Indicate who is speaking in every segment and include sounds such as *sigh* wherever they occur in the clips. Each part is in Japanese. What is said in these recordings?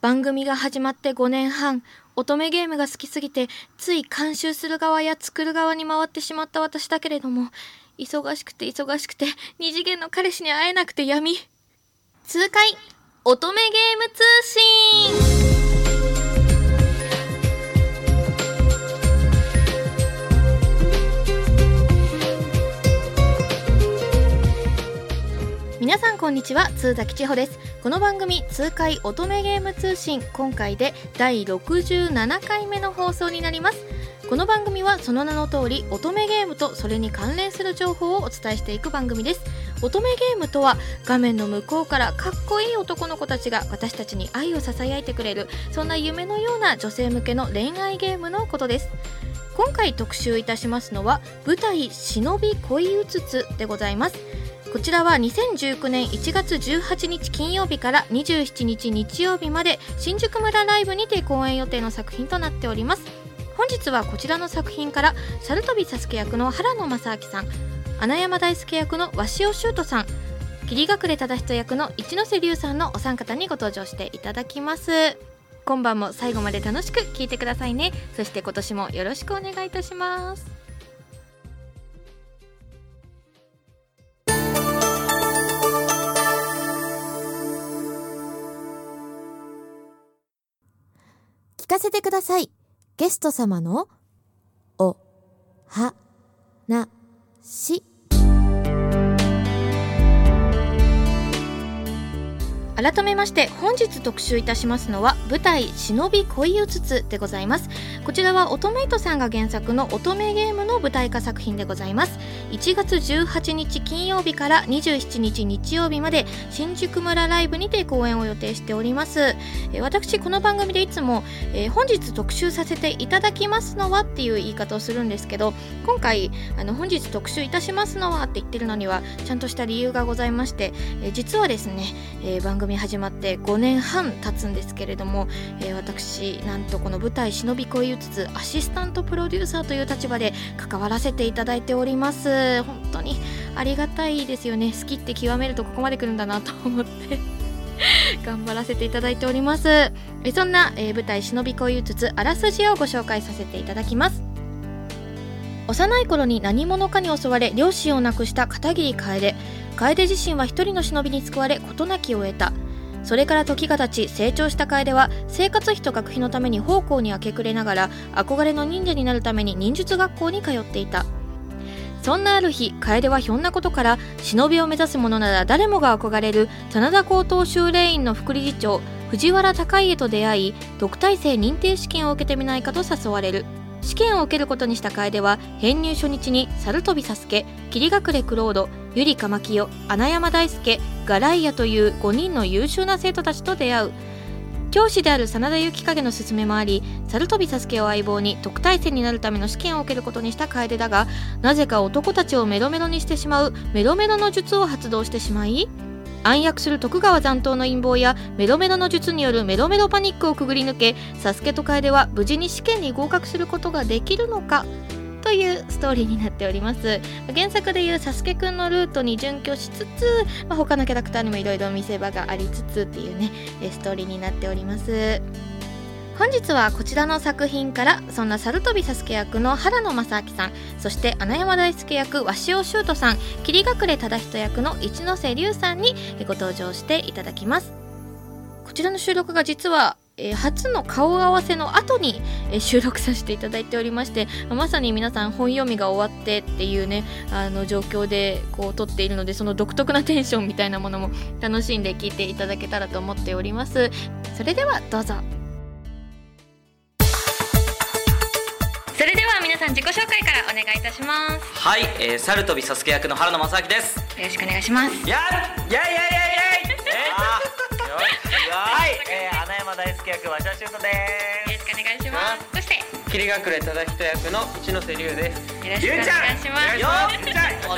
Speaker 1: 番組が始まって5年半、乙女ゲームが好きすぎて、つい監修する側や作る側に回ってしまった私だけれども、忙しくて忙しくて、二次元の彼氏に会えなくて闇。痛快乙女ゲーム通信皆さんこんにちは通崎千穂ですこの番組通海乙女ゲーム通信今回で第67回目の放送になりますこの番組はその名の通り乙女ゲームとそれに関連する情報をお伝えしていく番組です乙女ゲームとは画面の向こうからかっこいい男の子たちが私たちに愛を囁いてくれるそんな夢のような女性向けの恋愛ゲームのことです今回特集いたしますのは舞台「忍び恋うつつ」でございますこちらは2019年1月18日金曜日から27日日曜日まで新宿村ライブにて公演予定の作品となっております本日はこちらの作品から猿飛サスケ役の原野正明さん穴山大輔役の鷲尾修斗さん霧隠れ忠人役の一ノ瀬龍さんのお三方にご登場していただきます今晩も最後まで楽しく聞いてくださいねそして今年もよろしくお願いいたします
Speaker 2: 聞かせてください。ゲスト様の、お、は、な、し。
Speaker 1: 改めまして本日特集いたしますのは舞台「忍び恋うつつ」でございますこちらは乙女糸さんが原作の乙女ゲームの舞台化作品でございます1月18日金曜日から27日日曜日まで新宿村ライブにて公演を予定しておりますえー私この番組でいつも、えー本日特集させていただきますのはっていう言い方をするんですけど今回あの本日特集いたしますのはって言ってるのにはちゃんとした理由がございまして、えー実はですねえー番組始まって5年半経つんですけれども、えー私なんとこの舞台「忍び恋うつつ」アシスタントプロデューサーという立場で関わらせていただいております本当にありがたいですよね好きって極めるとここまで来るんだなと思って *laughs* 頑張らせていただいておりますえーそんな、えー舞台「忍び恋うつつ」あらすじをご紹介させていただきます幼い頃に何者かに襲われ両親を亡くした片桐楓楓自身は一人の忍びに救われ事なきを得たそれから時が経ち成長した楓は生活費と学費のために奉公に明け暮れながら憧れの忍者になるために忍術学校に通っていたそんなある日楓はひょんなことから忍びを目指す者なら誰もが憧れる真田高等修霊院の副理事長藤原高家と出会い特待生認定試験を受けてみないかと誘われる試験を受けることにした楓は編入初日に猿飛サスケ霧隠れクロードゆりかまきよ穴山大輔ガライヤという5人の優秀な生徒たちと出会う教師である真田幸影の勧めもあり猿飛サスケを相棒に特待生になるための試験を受けることにした楓だがなぜか男たちをメロメロにしてしまうメロメロの術を発動してしまい暗躍する徳川残党の陰謀やメロメロの術によるメロメロパニックをくぐり抜けサスケと楓は無事に試験に合格することができるのかというストーリーになっております原作でいうサスケくんのルートに準拠しつつ、まあ、他のキャラクターにもいろいろ見せ場がありつつっていうねえーストーリーになっております本日はこちらの作品からそんな猿飛サスケ役の原野正明さんそして穴山大輔役鷲尾修斗さん霧隠れ忠人役の一ノ瀬龍さんにご登場していただきますこちらの収録が実は、えー初の顔合わせの後に、えー収録させていただいておりましてまさに皆さん本読みが終わってっていうねあの状況でこう撮っているのでその独特なテンションみたいなものも楽しんで聞いていただけたらと思っておりますそれではどうぞそれでは皆さん自己紹介からお願いいたします
Speaker 3: はい、えー、猿飛びサスケ役の原野正明です。
Speaker 1: よろしくお願いします
Speaker 3: やいやいやいやいやい。はい、えー、穴山大輔役和田修斗です。
Speaker 1: よろしくお願いし
Speaker 3: ます
Speaker 1: そして
Speaker 4: 霧隠れただ人役の一ノ瀬龍です。
Speaker 1: よろ
Speaker 3: ゆうちゃん、よゆうちゃん、お願いしま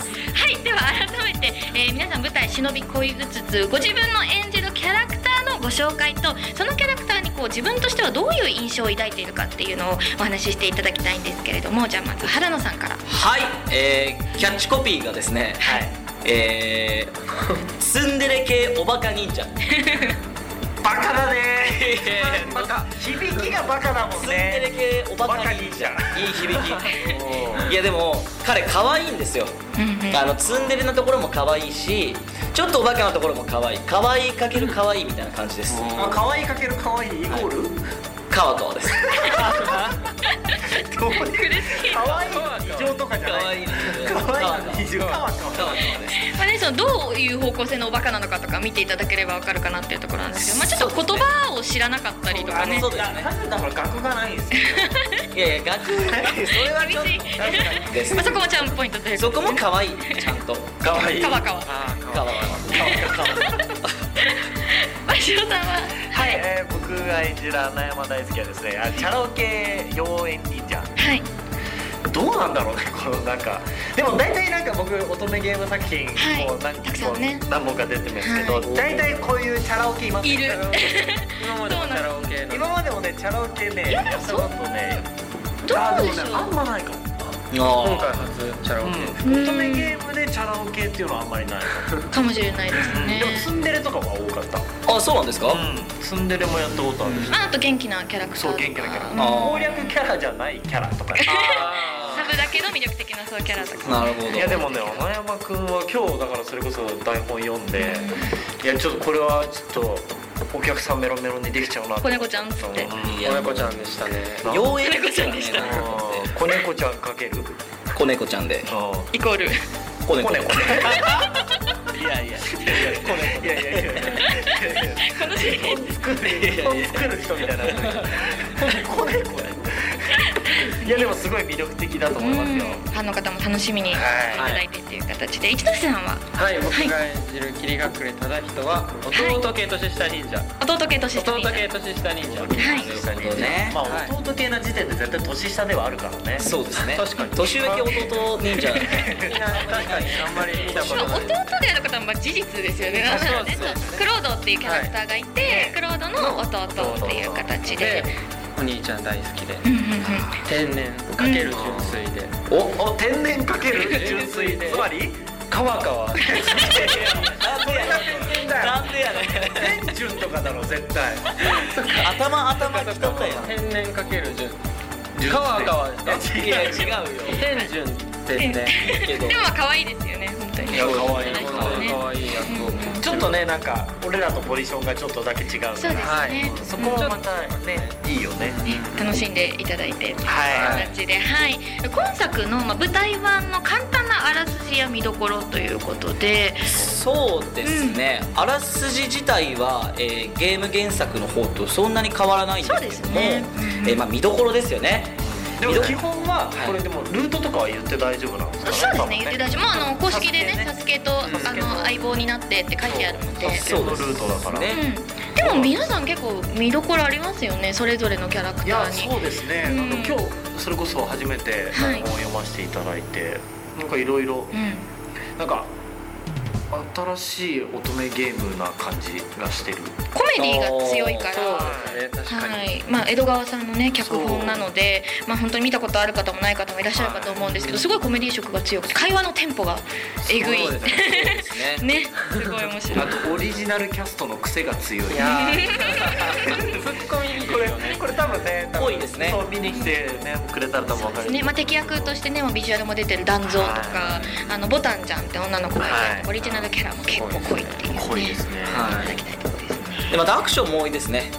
Speaker 3: す。
Speaker 1: はい、では改めて、えー皆さん舞台「忍び恋うつつ」ご自分の演じるキャラクターのご紹介とそのキャラクターにこう自分としてはどういう印象を抱いているかっていうのをお話ししていただきたいんですけれどもじゃあまず原野さんから
Speaker 3: はい、えー、キャッチコピーがですね、
Speaker 1: はい
Speaker 4: え
Speaker 3: *laughs*
Speaker 5: ツンデレ系おバカ忍者
Speaker 3: バカだね
Speaker 5: いやいや
Speaker 3: バカ響きがバカだも
Speaker 5: ツ
Speaker 3: ん
Speaker 5: ンデ
Speaker 3: ね
Speaker 5: レ系おバカ忍者
Speaker 3: バカ忍
Speaker 5: いい響
Speaker 3: お
Speaker 5: きいやでも彼可愛いんですよあのツンデレなところも可愛いしちょっとおバカなところも可愛い可愛いかける可愛いみたいな感じです
Speaker 3: あ可愛いかける可愛いイコール、
Speaker 5: カワトです
Speaker 3: どういう可愛いの異常とかじゃない
Speaker 5: 可愛いです
Speaker 3: 可愛いの異常かわか
Speaker 5: カワトです
Speaker 1: まあね、そのどういう方向性のおバカなのかとか見ていただければわかるかなっていうところなんですけど、まあ、ちょっと言葉を知らなかったりとかね
Speaker 5: そうですね
Speaker 3: 多分だから額がないんですよ
Speaker 5: いやいや学それはちょっ
Speaker 1: 厳しい
Speaker 5: とです
Speaker 1: まあ、そこもちゃんポイントという
Speaker 5: そ
Speaker 1: こと
Speaker 5: こも可愛いちゃんと可愛
Speaker 1: かわかわ
Speaker 3: あ
Speaker 5: 可愛い
Speaker 1: 真汐さんは
Speaker 3: はい、えー、僕が演じる穴山大輔はですねあチャラ男系妖艶忍者
Speaker 1: はい
Speaker 3: どうなんだろうねこのなんかでも大体なんか僕乙女ゲーム作品
Speaker 1: はい
Speaker 3: もう何
Speaker 1: たくさんね
Speaker 3: 何本か出てますけど
Speaker 1: は
Speaker 3: 大体こういうチャラ男いますね
Speaker 1: いる
Speaker 4: 今までもカラオケ
Speaker 3: *laughs*
Speaker 4: の
Speaker 3: 今までもねチャラ男ねやったことね
Speaker 1: ど
Speaker 3: あ
Speaker 1: う
Speaker 3: で
Speaker 1: で
Speaker 3: も
Speaker 1: し
Speaker 3: ね
Speaker 1: ょう
Speaker 3: あんまないかも
Speaker 4: 今
Speaker 5: あ
Speaker 4: 回初チャラオケ
Speaker 3: うん
Speaker 1: うん
Speaker 3: 乙女ゲームでチャラ男っていうのはあんまりないか
Speaker 1: かもしれないです
Speaker 3: も
Speaker 1: ね
Speaker 3: でもツンデレとかは多かった
Speaker 5: あそうなんですか
Speaker 3: うんツンデレもやったことあるし
Speaker 1: まあ、あと元気なキャラクターと
Speaker 3: そう
Speaker 1: か
Speaker 3: 元気なキャラ
Speaker 1: うん
Speaker 5: あー
Speaker 3: 攻略キャラじゃないキャラとか
Speaker 1: サブだけど魅力的なそういうキャラとか
Speaker 5: なるほど
Speaker 3: いやでもね穴山君は今日だからそれこそ台本読んでいやちょっとこれはちょっとお客さんメロメロにできちゃうな
Speaker 1: 子猫ちゃんっつって
Speaker 3: うん
Speaker 5: いや
Speaker 4: 子猫ちゃんでしたね
Speaker 5: 妖艶
Speaker 1: 子猫ちゃんでした
Speaker 3: うん子猫ちゃんかける
Speaker 5: 子猫ちゃんで
Speaker 3: 子
Speaker 1: イコール
Speaker 5: 子
Speaker 3: 猫
Speaker 5: 猫
Speaker 3: いやいやいやいやいやいやいや
Speaker 1: このシリーズ
Speaker 3: 作る作る人みたいな子猫いやでもすごい魅力的だと思いますよ
Speaker 1: うんファンの方も楽しみにいただいてっていう形で一ノ瀬さんは
Speaker 4: はい僕が演じる霧隠れ忠人は弟系年下忍者
Speaker 1: 弟系として
Speaker 4: 弟系年下忍者
Speaker 1: はい
Speaker 5: なるほどね
Speaker 3: まあ弟系な時点で絶対年下ではあるからね
Speaker 5: そうですね
Speaker 4: 確かに
Speaker 5: 年上系弟忍者
Speaker 4: 確かにあんまり見たこ
Speaker 1: まあ
Speaker 4: とない
Speaker 1: 弟であることはまあ事実ですよね。
Speaker 4: あそう
Speaker 1: なんかね
Speaker 4: そう
Speaker 1: クロードっていうキャラクターがいて、クロードの弟っていう形で
Speaker 4: で、お兄ちゃん大好きで
Speaker 1: うんうんうん
Speaker 4: 天然かける純粋で
Speaker 3: おお天然かける純
Speaker 4: 純
Speaker 3: 粋
Speaker 4: 粋で
Speaker 3: つまり
Speaker 4: かわかわ
Speaker 5: なんでやねんなんでやね
Speaker 3: 天純とかだろ絶対 *laughs*
Speaker 5: ん頭頭きとったやん
Speaker 4: 天然かける純かわかわですか
Speaker 5: いや違うよ
Speaker 4: 天純ですね
Speaker 5: けど
Speaker 1: でもまあ可愛いですよね本当に。
Speaker 3: いや可愛い
Speaker 1: 本当にね
Speaker 4: 可愛い役を
Speaker 3: ちょっとねなんか俺らとポジションがちょっとだけ違うから
Speaker 1: そうですね。
Speaker 3: そこはまたねいいよね
Speaker 1: ね楽しんでいただいて。
Speaker 3: はい
Speaker 1: 形で、はい、今作の、まあ、舞台版の簡単なあらすじや見どころということで、
Speaker 5: そうですね、あらすじ自体は、えーゲーム原作の方とそんなに変わらないんですけど
Speaker 1: そ
Speaker 5: も、
Speaker 1: うです
Speaker 5: え
Speaker 1: ねうん
Speaker 5: ーまあ、見どころですよね
Speaker 3: でも基本は
Speaker 5: はい
Speaker 3: これでもルートとかは言って大丈夫なんですか
Speaker 1: そうですね言ってたし、もうあの公式でね「サ
Speaker 3: サ
Speaker 1: スケとあ
Speaker 3: サスケと
Speaker 1: の相棒になってって書いてあるので。
Speaker 3: そうのルートだから
Speaker 5: ね
Speaker 1: うんでも皆さん結構見どころありますよねそれぞれのキャラク
Speaker 3: い
Speaker 1: タ
Speaker 3: や
Speaker 1: ーに
Speaker 3: そうですね、
Speaker 1: うん
Speaker 3: あの今日それこそ初めて
Speaker 1: はい
Speaker 3: 台本を読ませていただいて、なんかいろいろ
Speaker 1: うん
Speaker 3: なんか新しい乙女ゲームな感じがしてる
Speaker 1: コメディが強いか
Speaker 4: そう
Speaker 1: ら
Speaker 4: ですね確かに、
Speaker 1: はいまあ、江戸川さんのね脚本なので、まあ、本当に見たことある方もない方もいらっしゃるかと思うんですけどすごいコメディ色が強くて会話のテンポがえぐい
Speaker 5: そうですねそうです
Speaker 1: *laughs*
Speaker 5: ね
Speaker 1: ねすごい面白い
Speaker 3: あとオリジナルキャストの癖が強い
Speaker 4: いやーツッコミいいです
Speaker 3: これ
Speaker 4: よね
Speaker 3: これ多分ね多分
Speaker 5: 多いですね
Speaker 3: そう見に来てねくれたら多分分かる
Speaker 1: ねまあ、敵役としてねもうビジュアルも出てる団蔵と
Speaker 3: は
Speaker 1: かあのボタンちゃんって女の子がいて、
Speaker 3: はい
Speaker 1: オリジナルキャラも結構濃いっていうね
Speaker 3: 濃いですね、
Speaker 1: い
Speaker 5: は
Speaker 1: ただきたいところですね
Speaker 5: いでまたアクションも多いですね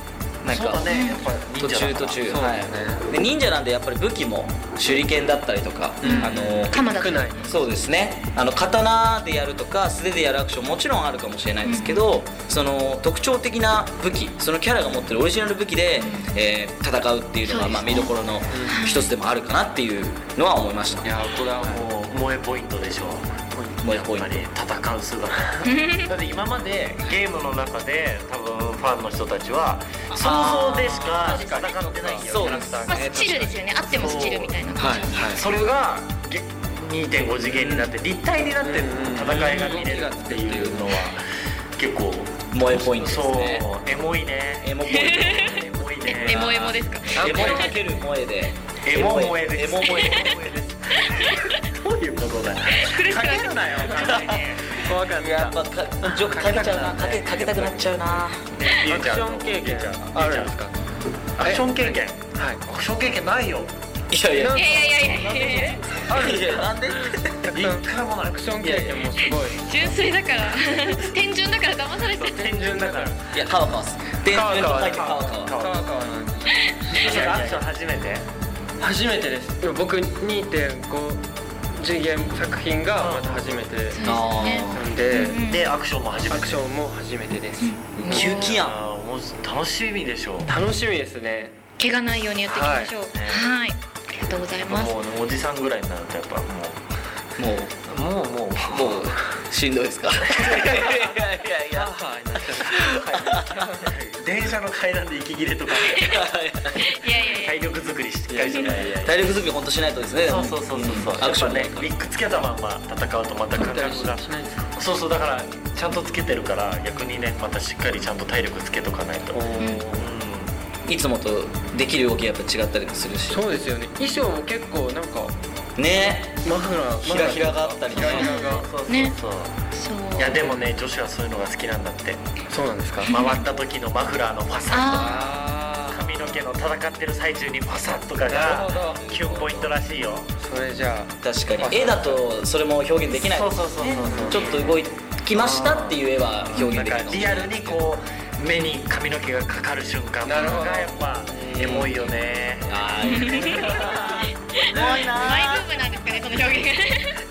Speaker 5: なん
Speaker 3: そう
Speaker 5: か
Speaker 3: だねやっぱり
Speaker 5: 途
Speaker 3: 忍者
Speaker 5: 中
Speaker 3: だか
Speaker 5: 途
Speaker 3: ら
Speaker 5: 中、
Speaker 4: そうだね
Speaker 5: はいで忍者なんでやっぱり武器も手裏剣だったりとか、
Speaker 4: うん
Speaker 5: あの
Speaker 1: 鎌田
Speaker 4: 少
Speaker 1: 君
Speaker 4: ない
Speaker 5: そうですねあの刀でやるとか素手でやるアクションもちろんあるかもしれないですけど、その特徴的な武器そのキャラが持ってるオリジナル武器で、えー戦うっていうのが
Speaker 1: そうですね
Speaker 5: まあ、見どころの一つでもあるかなっていうのは思いました、
Speaker 4: いやーこれはも
Speaker 3: もう萌えポイントでしょう
Speaker 5: 萌えポイント
Speaker 3: やっぱり戦う姿だって今までゲームの中で多分ファンの人たちは想像でしか戦ってないんだよ
Speaker 5: そう
Speaker 3: キャラクター
Speaker 1: *laughs* ま
Speaker 3: が
Speaker 1: あ、スチルですよねあってもスチルみたいな感
Speaker 5: はい
Speaker 1: じ、
Speaker 3: それがげ2.5次元になって立体になって戦いが見れるっていうのは結構
Speaker 5: 萌えポイントです
Speaker 3: そう
Speaker 5: ね
Speaker 3: エモいね
Speaker 5: エモポイント
Speaker 3: エモい
Speaker 1: えエ
Speaker 3: ね
Speaker 1: モエモですか
Speaker 5: エモいかける萌えで
Speaker 3: エモ萌えで
Speaker 5: エ
Speaker 3: す
Speaker 5: モ萌え
Speaker 3: エモ萌えですどういうことだよ
Speaker 1: 苦しくな
Speaker 3: か
Speaker 1: って
Speaker 3: けるなよ完全に
Speaker 4: 怖かった
Speaker 5: やっぱかジョークかけちゃうなかけかけたくなっちゃうな
Speaker 4: アクション経験あるんですか
Speaker 3: アクション経験
Speaker 4: はい
Speaker 3: アクション経験ないよ
Speaker 5: いやいや
Speaker 4: い
Speaker 6: やいやいやいやいやいや
Speaker 5: あるいやなんで
Speaker 3: 一回もない
Speaker 4: アクション経験もすごい
Speaker 6: 純粋だから天純だから騙されてる
Speaker 4: 単純だから
Speaker 5: いやカワカワっす電
Speaker 4: カワカ
Speaker 5: 電
Speaker 4: ワ
Speaker 5: 書いてカワカワ
Speaker 4: 川川なんで
Speaker 3: ちょっとアクション初めて
Speaker 4: 初めてですでも僕2.5次元作品がまた初めて
Speaker 5: あ
Speaker 4: なん
Speaker 6: う
Speaker 4: で、
Speaker 6: んうん
Speaker 3: でアクションも初め
Speaker 4: ア
Speaker 3: て
Speaker 4: クションも初めてです
Speaker 5: ー急気やん
Speaker 3: あーもう楽しみでしょ
Speaker 4: 楽しみですね
Speaker 6: 怪我ないようにやっていきましょうは
Speaker 3: はい
Speaker 6: ありがとうございます
Speaker 3: もうおじさんぐらいになるとやっぱも
Speaker 5: も
Speaker 3: うもうもう
Speaker 5: うもうしんどいですかいやいやい
Speaker 4: あ
Speaker 5: や
Speaker 4: はいなっちゃ
Speaker 3: 電車の階段で息切れとか
Speaker 6: いやいやいや
Speaker 3: 体力作りしっかりしない
Speaker 5: 体力作り本当しないとですね
Speaker 3: そうそうそうそうそう
Speaker 5: アクション
Speaker 3: や
Speaker 5: ね
Speaker 3: っぱねビッグつけたまんま戦うとまた感覚が
Speaker 4: ないですか
Speaker 3: そうそうだからちゃんとつけてるから逆にねまたしっかりちゃんと体力つけとかないと、うん、
Speaker 5: いつもとできる動きがやっぱ違ったりもするし
Speaker 4: そうですよね衣装も結構なんか
Speaker 5: ね
Speaker 4: マフラー
Speaker 5: ひらひらがあったり
Speaker 4: ひ
Speaker 5: ね
Speaker 4: らひらが
Speaker 3: そうそうそう、
Speaker 6: ねそう
Speaker 3: いやでもね女子はそういうのが好きなんだって
Speaker 4: そうなんですか
Speaker 3: 回った時のマフラーのパサッとか
Speaker 4: ああ
Speaker 3: 髪の毛の戦ってる最中にパサッとか
Speaker 4: なる
Speaker 3: が
Speaker 4: ほ
Speaker 3: キュンポイントらしいよ
Speaker 4: どそれじゃ
Speaker 5: 確かに絵だとそれも表現できない
Speaker 3: そうそうそうそう
Speaker 5: ちょっと動きましたっていう絵は表現
Speaker 3: なん
Speaker 5: でき
Speaker 3: か
Speaker 5: るかも
Speaker 3: リアルにこう目に髪の毛がかかる瞬間とか
Speaker 4: なるほど
Speaker 3: がやっぱエモいよね
Speaker 5: あー
Speaker 6: マイブームなんですかねその表現が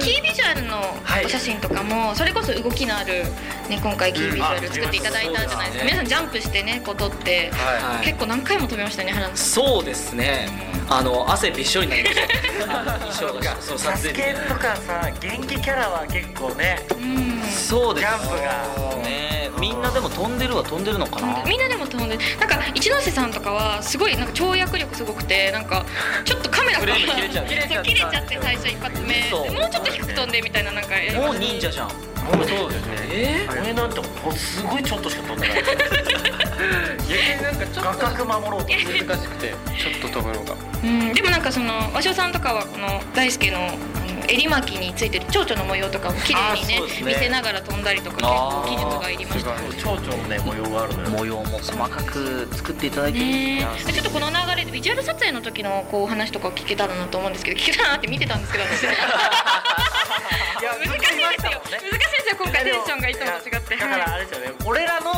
Speaker 6: キービジュアルの
Speaker 3: はい
Speaker 6: お写真とかもそれこそ動きのある、ね、今回キービジュアル作っていただいたじゃないですか
Speaker 5: うんあ
Speaker 6: 皆さんジャンプしてねこう撮って
Speaker 4: あは
Speaker 5: はい
Speaker 6: 結構何回も飛びましたね原野さん
Speaker 5: そうですねあの汗びっしょりになりましたあの衣装がそう
Speaker 3: サ
Speaker 5: 撮
Speaker 3: ス
Speaker 5: 影
Speaker 3: ケ
Speaker 5: で
Speaker 3: とかさ元気キャラは結構ね
Speaker 6: うん
Speaker 5: そう
Speaker 3: ジ
Speaker 5: です
Speaker 3: ャンプが
Speaker 5: ねみんなでも飛んでるは飛んでるのかな
Speaker 6: みんなでも飛んでなんか一ノ瀬さんとかはすごいなんか跳躍力すごくてなんかちょっとカメラが
Speaker 5: フレーム切れちゃう
Speaker 6: 切れ *laughs* そう切れちゃって最初一発目
Speaker 5: そう
Speaker 6: でもうちょっと低く飛んでみたいななんかやりま
Speaker 5: も
Speaker 6: し
Speaker 5: う
Speaker 6: た
Speaker 5: 忍者じゃん
Speaker 3: もうそうですね
Speaker 5: え
Speaker 3: 俺なんてもうすごいちょっとしか飛んでない
Speaker 4: い逆になんかちょ
Speaker 3: 画
Speaker 4: っと
Speaker 3: 角守ろうとして
Speaker 4: 難しくてちょっと飛ぶのが
Speaker 6: うん、でもなんかその和尚さんとかはこの大輔のあの襟巻きについてる蝶々の模様とかを綺麗に
Speaker 5: あー
Speaker 6: ね
Speaker 5: そうですね
Speaker 6: 見せながら飛んだりとか結
Speaker 5: あ
Speaker 6: 構
Speaker 5: ー
Speaker 6: 技術がいりましたね
Speaker 3: 蝶々のね模様があるのよ
Speaker 5: 模様も細かく作っていただいてるん
Speaker 6: ね
Speaker 5: ですね
Speaker 6: ちょっとこの流れでビジュアル撮影の時のこうお話とか聞けたらなと思うんですけど聞けたらなって見てたんですけど私難しいですよ難しいですよ今回テンションがいつもと違って
Speaker 3: だか
Speaker 6: はい
Speaker 3: らあれですよね俺らの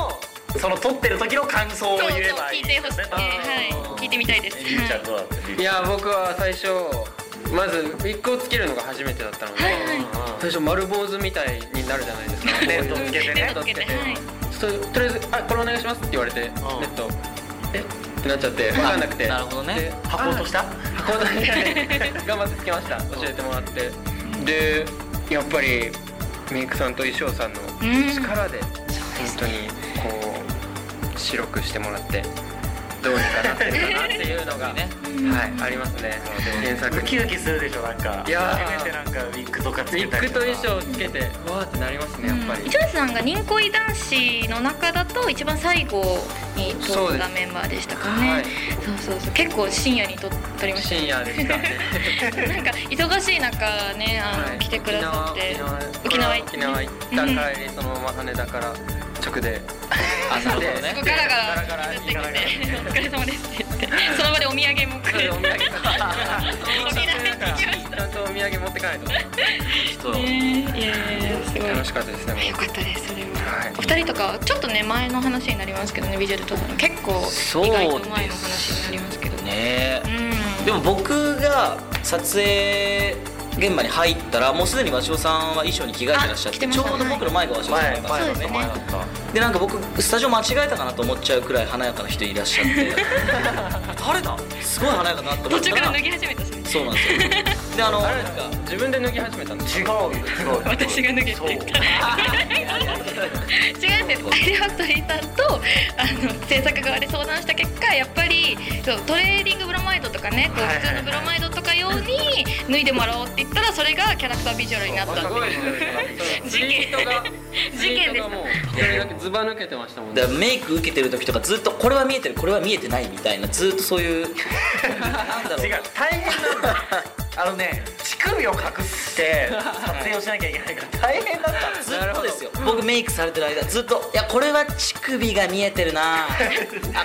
Speaker 3: その撮ってる時の感想を
Speaker 6: *laughs* そうそう
Speaker 3: 言えばい
Speaker 6: 聞い
Speaker 3: い
Speaker 6: てほしい、はい、聞いてみたいです。
Speaker 3: ゆうちゃん
Speaker 6: は
Speaker 3: どうだった
Speaker 4: いや僕は最初まずウィッグをつけるのが初めてだったので、
Speaker 6: いはい。
Speaker 4: 最初丸坊主みたいになるじゃないですか
Speaker 3: ネットつけて
Speaker 6: ネ
Speaker 3: ね
Speaker 6: ットつけて、はい。
Speaker 4: ちょっととりあえず「あこれお願いします」って言われて、ネットえってなっちゃって分かんなくて
Speaker 5: なるほどね
Speaker 4: で
Speaker 3: 発行とした
Speaker 4: 箱田に頑張ってつけました教えてもらってでやっぱりメイクさんと衣装さんの
Speaker 6: うん
Speaker 4: 力で本当にこう白くしてもらってどうにかなってるかなっ
Speaker 6: *laughs*
Speaker 4: ていうのが、
Speaker 5: ね
Speaker 4: はいありますね原作
Speaker 3: ウ
Speaker 4: に
Speaker 3: キウキするでしょなんか
Speaker 4: いやー
Speaker 3: せめてなんかウィッグとかつ
Speaker 4: ウ
Speaker 3: け
Speaker 4: ィ
Speaker 3: た
Speaker 4: ッ
Speaker 3: り
Speaker 4: グと衣
Speaker 3: か
Speaker 4: 装つけてわーってなりますねやっぱり
Speaker 6: 一ノ瀬さんが人恋男子の中だと一番最後に撮ったメンバーでしたかね。
Speaker 4: はい
Speaker 6: そうそうそう結構深夜に撮撮りました
Speaker 4: 深夜でしたね
Speaker 6: ね。なんか忙しい中ね *laughs* あの、
Speaker 4: はい
Speaker 6: 来てくださって沖
Speaker 4: 沖
Speaker 6: 縄
Speaker 4: 縄
Speaker 6: 行って
Speaker 4: 沖縄行った帰りそのまま羽田から直で
Speaker 5: あなるほど
Speaker 6: すご
Speaker 5: ね
Speaker 6: いガラガラ
Speaker 4: ガラガラ
Speaker 6: やってきて「お疲れ様です」って言ってその場でお土産もくれて
Speaker 4: お土産買ってちゃ
Speaker 6: 沖縄行きまし
Speaker 4: んとお土産持ってかないと
Speaker 5: 人
Speaker 6: たねいやいやいやすごい。
Speaker 4: 楽しかったですねも
Speaker 6: あよかったですそれは。
Speaker 4: うはい
Speaker 6: お二人とかちょっとね前の話になりますけどねビジュアル撮ったの結構
Speaker 5: そう
Speaker 6: 意外と前の話になりますけどね。
Speaker 5: ね
Speaker 6: うん。
Speaker 5: でも僕が撮影現場に入ったらもうすでに和尚さんは衣装に着替えてらっしゃって
Speaker 6: あ着てま
Speaker 5: ち
Speaker 6: し
Speaker 5: ょ
Speaker 6: たね
Speaker 5: うど僕の前が和尚さんだったん
Speaker 3: 前
Speaker 5: ですよ
Speaker 3: 前だっ
Speaker 6: そうです
Speaker 3: た前
Speaker 6: ね
Speaker 3: だった
Speaker 5: でなんか僕スタジオ間違えたかなと思っちゃうくらい華やかな人いらっしゃって
Speaker 6: *laughs*
Speaker 5: 誰だすごい華やかだなと思
Speaker 6: 途
Speaker 5: っ
Speaker 6: 中
Speaker 5: た
Speaker 6: から
Speaker 5: ら
Speaker 6: 脱ぎ始めたしね。
Speaker 5: そうなんですよであの
Speaker 4: あれですか自分で脱ぎ始めたんです
Speaker 3: 違う
Speaker 4: か
Speaker 3: よ違うよ
Speaker 6: 私が脱げて
Speaker 3: そう
Speaker 6: るから違うんですよアイデアファクトリーさんとあの制作側で相談した結果やっぱりそうトレーディングブロマイドとかねこう
Speaker 3: はいはい
Speaker 6: 普通のブロマイドとかよように脱いでもらおうって言ったらそれがキャラクタービジュアルになった
Speaker 4: すごい
Speaker 6: 事
Speaker 4: 事
Speaker 6: 件
Speaker 4: 件が
Speaker 6: 事件です
Speaker 4: ツイートがもう一人だけずば抜けてましたもんね
Speaker 7: だからメイク受けてる時とかずっとこれは見えてるこれは見えてないみたいなずっとそう
Speaker 6: *laughs*
Speaker 7: いうなんだろう
Speaker 3: 違う大変なんだあのね乳首を隠して撮影をしなきゃいけないから大変だった
Speaker 7: ずっとですよ僕メイクされてる間ずっといやこれは乳首が見えてるなあ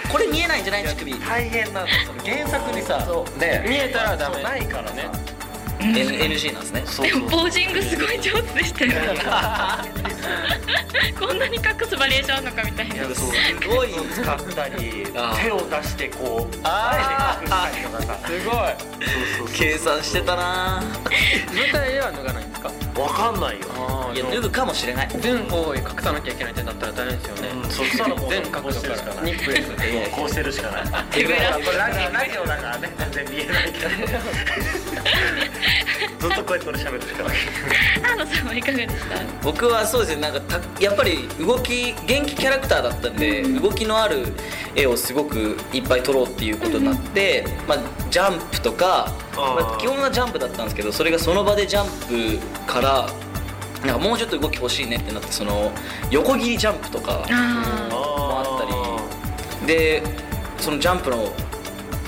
Speaker 7: これ見えないんじゃない乳首
Speaker 3: 大変なんですよ原作にさね
Speaker 4: 見えたらダメ
Speaker 3: そうないからね
Speaker 7: N- NG なんですね
Speaker 3: そう
Speaker 6: で
Speaker 3: そう
Speaker 6: もポージングすごい上手でしたよねこんなに隠すバリエーションあるのかみたいな *laughs*
Speaker 3: やそう
Speaker 7: すごい
Speaker 3: 使ったり
Speaker 7: あー
Speaker 3: 手を出してこう
Speaker 4: あ
Speaker 3: あえて隠したりとかさ
Speaker 4: すご
Speaker 3: そ
Speaker 4: い
Speaker 3: うそう
Speaker 7: 計算してたな
Speaker 4: 舞台では脱がないんですか
Speaker 3: わかんないよ
Speaker 4: あ
Speaker 7: いや脱ぐかもしれない
Speaker 4: 全方位隠さなきゃいけないってなったら大変ですよね、
Speaker 3: うんそしたらもう
Speaker 4: 全角
Speaker 3: こう
Speaker 4: 度
Speaker 3: して
Speaker 4: か
Speaker 3: るしからない
Speaker 4: ニップレス
Speaker 7: いやいや
Speaker 3: こうしてるしかない
Speaker 7: 手ぶら
Speaker 3: これラジオラジオだからね全然見えないけどずっとこうやって俺喋るしかない
Speaker 6: 安野さんはいかがでした
Speaker 7: 僕はそうですねなんかたやっぱり動き元気キャラクターだったんで、動きのある絵をすごくいっぱい撮ろうっていうことになって、まあ、ジャンプとか
Speaker 3: あー
Speaker 7: まあ基本はジャンプだったんですけどそれがその場でジャンプからなんかもうちょっと動き欲しいねってなってその横切りジャンプとか
Speaker 6: あ
Speaker 7: もあったりでそのジャンプの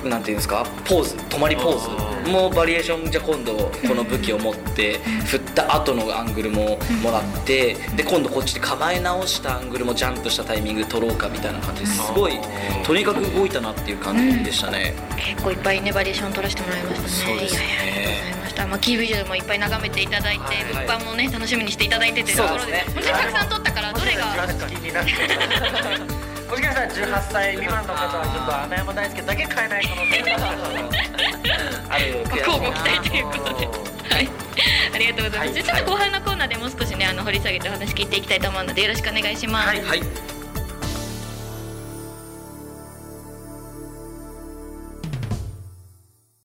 Speaker 7: なんていうんですかポーズ止まりポー
Speaker 3: あ
Speaker 7: ズ
Speaker 3: ー
Speaker 7: もバリエーションじゃあ今度この武器を持って振った後のアングルももらってで今度こっちで構え直したアングルもジャンプしたタイミング取ろうかみたいな感じですごいとにかく動いたなっていう感じでしたね。
Speaker 6: 結構いっぱいねバリエーション取らせてもらいました
Speaker 7: そ
Speaker 6: ね
Speaker 7: うですね
Speaker 6: いやいやありがとうございましたまあキービジュアルもいっぱい眺めていただいて、
Speaker 7: はい
Speaker 6: 物販もね楽しみにしていただいてっていうところで
Speaker 7: そうですね
Speaker 6: 本当にたくさん取ったからどれが
Speaker 3: 気になって *laughs* たもしかしたら18歳未満の方はちょっと穴山大輔だけ買えない可能性がある
Speaker 6: まあ交互期待ということではい、ありがとうございます、
Speaker 3: はい
Speaker 6: じゃあちょっと後半のコーナーでもう少しねあの掘り下げてお話聞いていきたいと思うのでよろしくお願いします、
Speaker 7: はい